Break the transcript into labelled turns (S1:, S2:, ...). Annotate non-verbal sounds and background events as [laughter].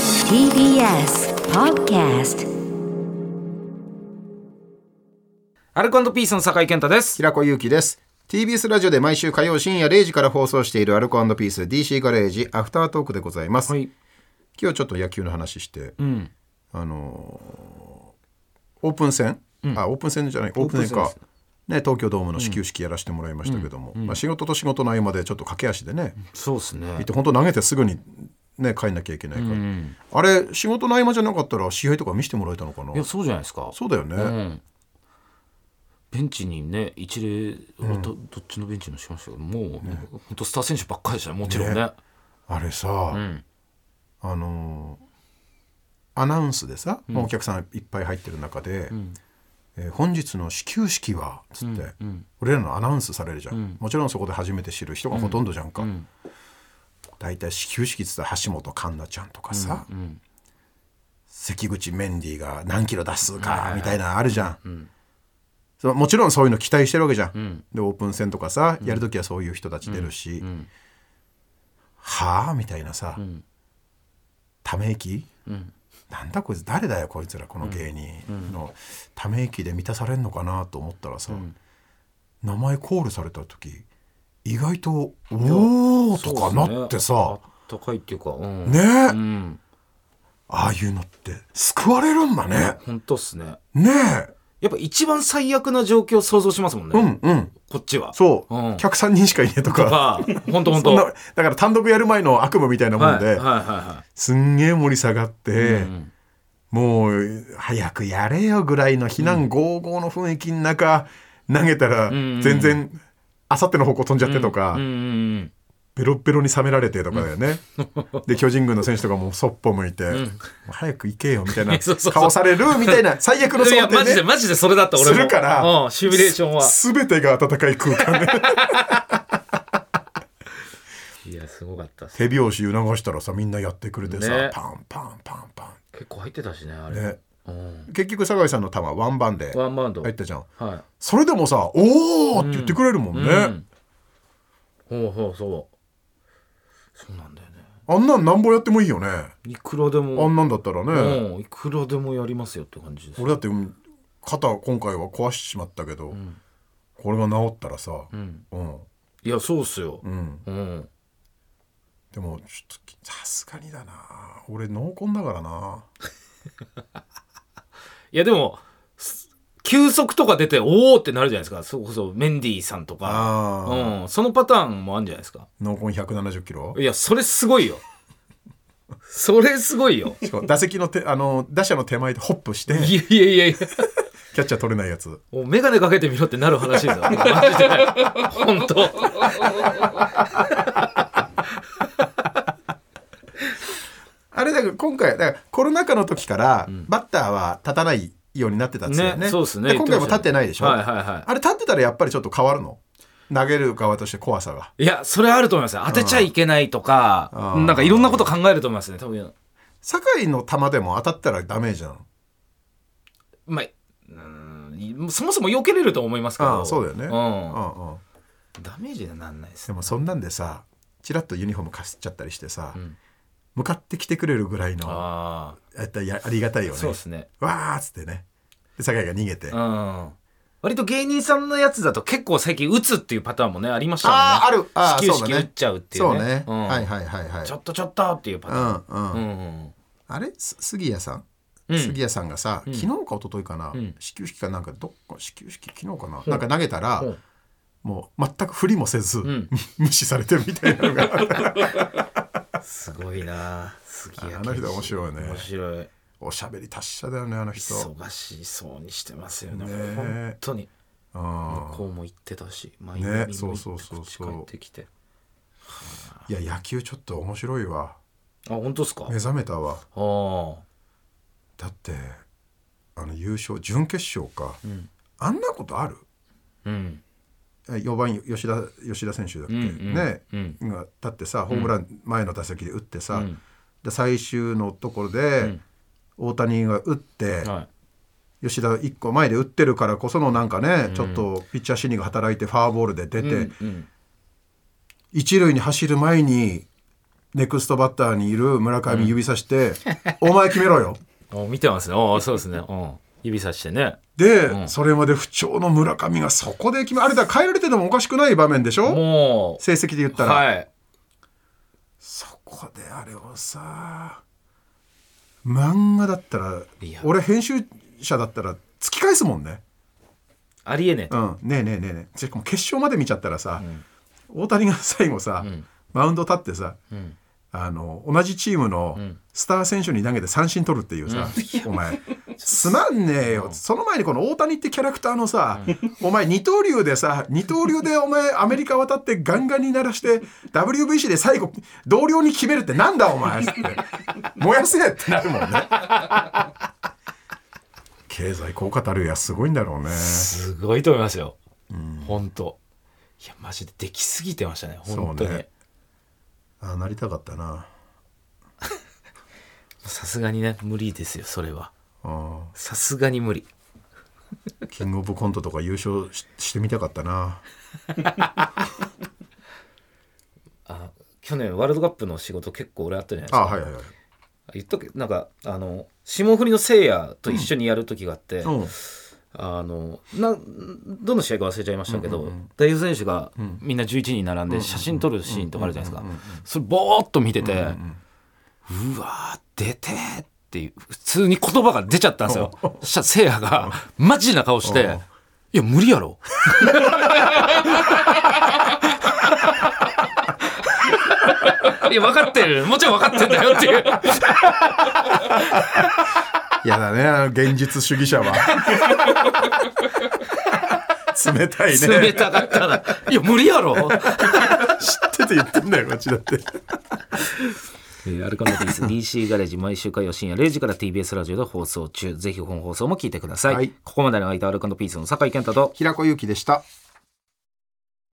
S1: TBS Podcast
S2: アルコピースの酒井健太です。
S3: 平子祐希です TBS ラジオで毎週火曜深夜0時から放送しているアルコピース DC ガレージアフタートークでございます、
S2: はい。
S3: 今日ちょっと野球の話して、
S2: うん。
S3: あのーオープン戦、あオープン戦じゃないオープン
S2: オー
S3: 戦か
S2: プン戦で
S3: ね、東京ドームの始球式やらせてもらいましたけども、まあ、仕事と仕事の合間でちょっと駆け足でね、
S2: そうですね
S3: 行っ。て本当投げてすぐに、ね、帰んなきゃいけないから、あれ仕事の合間じゃなかったら試合とか見せてもらえたのかない
S2: や、そうじゃないですか。
S3: そうだよね、
S2: うん。ベンチにね、一例、俺どどっちのベンチにもしましたけど、もう、本当スター選手ばっかりでしたねもちろんね。
S3: あれさ、
S2: ん
S3: あのーアナウンスでさ、お客さんいっぱい入ってる中で「えー本日の始球式は」つって、俺らのアナウンスされるじゃん、もちろんそこで初めて知る人がほとんどじゃんか、だいたい始球式っつったら橋本環奈ちゃんとかさ、関口メンディーが何キロ出すかみたいなのあるじゃん、そのもちろんそういうの期待してるわけじゃん、でオープン戦とかさやる時はそういう人たち出るし、はあみたいなさ、ため息、なんだこいつ誰だよこいつらこの芸人のため息で満たされんのかなと思ったらさ、名前コールされた時意外と「おお!」とかなってさ
S2: そうですね。あったかいっていうか、うん。
S3: ね
S2: う
S3: え
S2: ん。
S3: ああいうのって救われるんだね
S2: 本当っすね。
S3: ね
S2: やっぱ一番最悪な状況を想像しますもんね。
S3: えうんうん
S2: こっちは。
S3: そう、
S2: うん
S3: 客3人しかいねえと
S2: う
S3: か
S2: ああ、本当本
S3: そ
S2: 当。
S3: ん
S2: は
S3: なだから単独やる前の悪夢みたいないもん
S2: はい
S3: で、
S2: は
S3: すんげえ盛り下がって、
S2: いはい。うん
S3: もう早くやれよぐらいの非難合々の雰囲気の中、投げたら
S2: ん
S3: 全然あさっての方向飛んじゃってとか、
S2: うんうん
S3: ベロッベロに冷められてとかだよね、で巨人軍の選手とかもそっぽ向いて、もう早く行けよみたいな
S2: [laughs] そうそうそう
S3: 顔されるみたいな最悪
S2: う
S3: の
S2: ん。い
S3: 想
S2: や、マジ
S3: 定
S2: で、
S3: ね
S2: マジでそれだった、俺
S3: す
S2: も。
S3: るから
S2: うん、シミュレーションは。
S3: 全てが温かい空間
S2: [laughs]
S3: で
S2: いや、すごかったっす
S3: 手拍子促したらさみんなやってくれてさ、
S2: ね
S3: パンパンパンパ
S2: 結構入ってたしね、あ
S3: ン
S2: れ。
S3: ね
S2: うん。
S3: 結局酒井さんの球ワンバンで
S2: ワンバウンド。
S3: 入ったじゃん
S2: は
S3: それでもさ「おお!」って言ってくれるも
S2: い。
S3: んね、
S2: うん。ほうほうそう。そうなんだよね。
S3: あんなんなんぼやってもいいよね
S2: いくらで
S3: あん
S2: も。
S3: なんだったらね、
S2: うん、いくらでもやりますよって感じです。
S3: 俺だってうん肩今回は壊してしまったけど、これが治ったらさ
S2: うん。
S3: うん
S2: いや、そうっすよ
S3: う。ん
S2: うん。
S3: でもちょっとさすがにだな俺濃紺だからない
S2: や、でも、す球速とか出て、おおってなるじゃないですか。それこそ、メンディーさんとか。
S3: あー、
S2: うん。そのパターンもあるんじゃないですか。
S3: 濃紺170キロ
S2: いや、それすごいよ。 [laughs] それすごいよ。
S3: しかも打席の手あの打者の手前でホップして
S2: いやいやいやいや。
S3: キャッチャー取れないやつ
S2: もう眼鏡かけてみろってなる話ですよ。マジで。本当。
S3: あれだから今回だからコロナ禍の時からバッターは立たないようになってたんですよね
S2: ねそうっすね
S3: 今回も立ってないでしょ、
S2: はいはいはい
S3: あれ立ってたらやっぱりちょっと変わるの投げる側として怖さが
S2: いや、それあると思いますよ。当てちゃいけないとか、
S3: うん
S2: なんかいろんなこと考えると思いますね。多分、
S3: 酒井の球でも当たったらダメージなの
S2: まあ、うーんそもそも避けれると思いますけど。
S3: ああそうだよね
S2: う
S3: うんうん
S2: ん。ダメージにはなんないです
S3: で
S2: ね。
S3: もそんなんでさチラッとユニフォームかすっちゃったりしてさ、
S2: ん
S3: 向かってきてくれるぐらいの
S2: あ
S3: やったらやありがたいよ
S2: あ、
S3: ね
S2: そうですね。
S3: わーっつってねで酒井が逃げて、
S2: う
S3: あ
S2: ん。割と芸人さんのやつだと結構最近打つっていうパターンもね、ありましたもんね。
S3: あーあるあー
S2: 始球
S3: そう
S2: 式
S3: だ
S2: 打
S3: ね
S2: っちゃうっていう
S3: そう
S2: ね。
S3: ね、
S2: ん
S3: はいはいはいはい
S2: ちょっとちょっとっていうパターン。
S3: うんうん
S2: うん
S3: あれす杉谷さん、
S2: うん
S3: 杉谷さんがさ昨日か一昨日かな、
S2: ん
S3: 始球式かなんかどっか始球式昨日かな、なんか投げたら、
S2: うん
S3: もう全く振りもせず、
S2: ん
S3: 無視されてるみたい [laughs] なのが
S2: すごいな杉谷
S3: あの人面白いね
S2: 面白い
S3: おしゃべり達者だよねあの人
S2: 忙しそうにしてますよね
S3: ねえ
S2: 本当に
S3: うん
S2: 向こうも行ってたし毎日
S3: ねそうそうそうそう
S2: 帰ってきて
S3: いや野球ちょっと面白いわ
S2: あ本当ですか
S3: 目覚めたわ
S2: あー
S3: だってあの優勝準決勝か、あんなことある
S2: うん
S3: え4番吉田吉田選手だっけ、
S2: うんうん
S3: ね、
S2: うん
S3: が立ってさホームラン前の打席で打ってさ、
S2: うん
S3: で最終のところで、
S2: ん
S3: 大谷が打って、
S2: は
S3: 吉田1個前で打ってるからこそのなんかね、ちょっとピッチャー心理が働いてファーボールで出
S2: い
S3: て、
S2: うんうん
S3: 一塁に走る前にネクストバッターにいる村上指さして「お前決めろよ」
S2: お見てますねおそうですね、うん、指さしてね
S3: で、それまで不調の村上がそこで決めあれだ変えられててもおかしくない場面でしょ
S2: も
S3: 成績で言っ
S2: う
S3: たら、
S2: はい
S3: そこであれをさ漫画だったら
S2: いや
S3: 俺編集者だったら突き返すもんね
S2: ありえねえ
S3: うんねえねえねえねえしかも決勝まで見ちゃったらさ、大谷が最後さ、マウンド立ってさ、あの同じチームのスター選手に投げて三振取るっていうさ、お前すまんねえよ、その前にこの大谷ってキャラクターのさ、お前二刀流でさ二刀流でお前アメリカ渡ってガンガンに鳴らして WBC で最後同僚に決めるってなんだお前っつって燃やせってなるもんね経済効果たるやすごいんだろうね
S2: すごいと思いますよ、本当いやマジでできすぎてましたね本当
S3: そう
S2: に
S3: ねあなりたかったな
S2: さすがにね無理ですよそれは
S3: あ
S2: さすがに無理
S3: あキングオブコントとか優勝ししてみたかったな
S2: あ去年ワールドカップの仕事結構俺あったじゃないです
S3: あ
S2: か
S3: はいはいはい
S2: 言っとくなんかあの霜降りのせいやと一緒にやる時があって、
S3: うん
S2: あのなどの試合か忘れちゃいましたけど、代表選手がみんな11人並んで写真撮るシーンとかあるじゃないですかそれボーっと見てて、うわー出てーっていう普通に言葉が出ちゃったんですよそしたらせいやがマジな顔して「いや無理や [laughs] ろ」いや分かってるもちろん分かってんだよっていう
S3: やだねあの現実主義者 [laughs] は冷たいね
S2: 冷たかったな「いや無理やろ」
S3: 知ってて言ってんだよこっちだって
S2: えーアルカンドピース DC ガレージ毎週火曜深夜0時から TBS ラジオで放送中ぜひ本放送も聞いてください、
S3: はい
S2: ここまでの間アルカンドピースの酒井健太と
S3: 平子祐希でした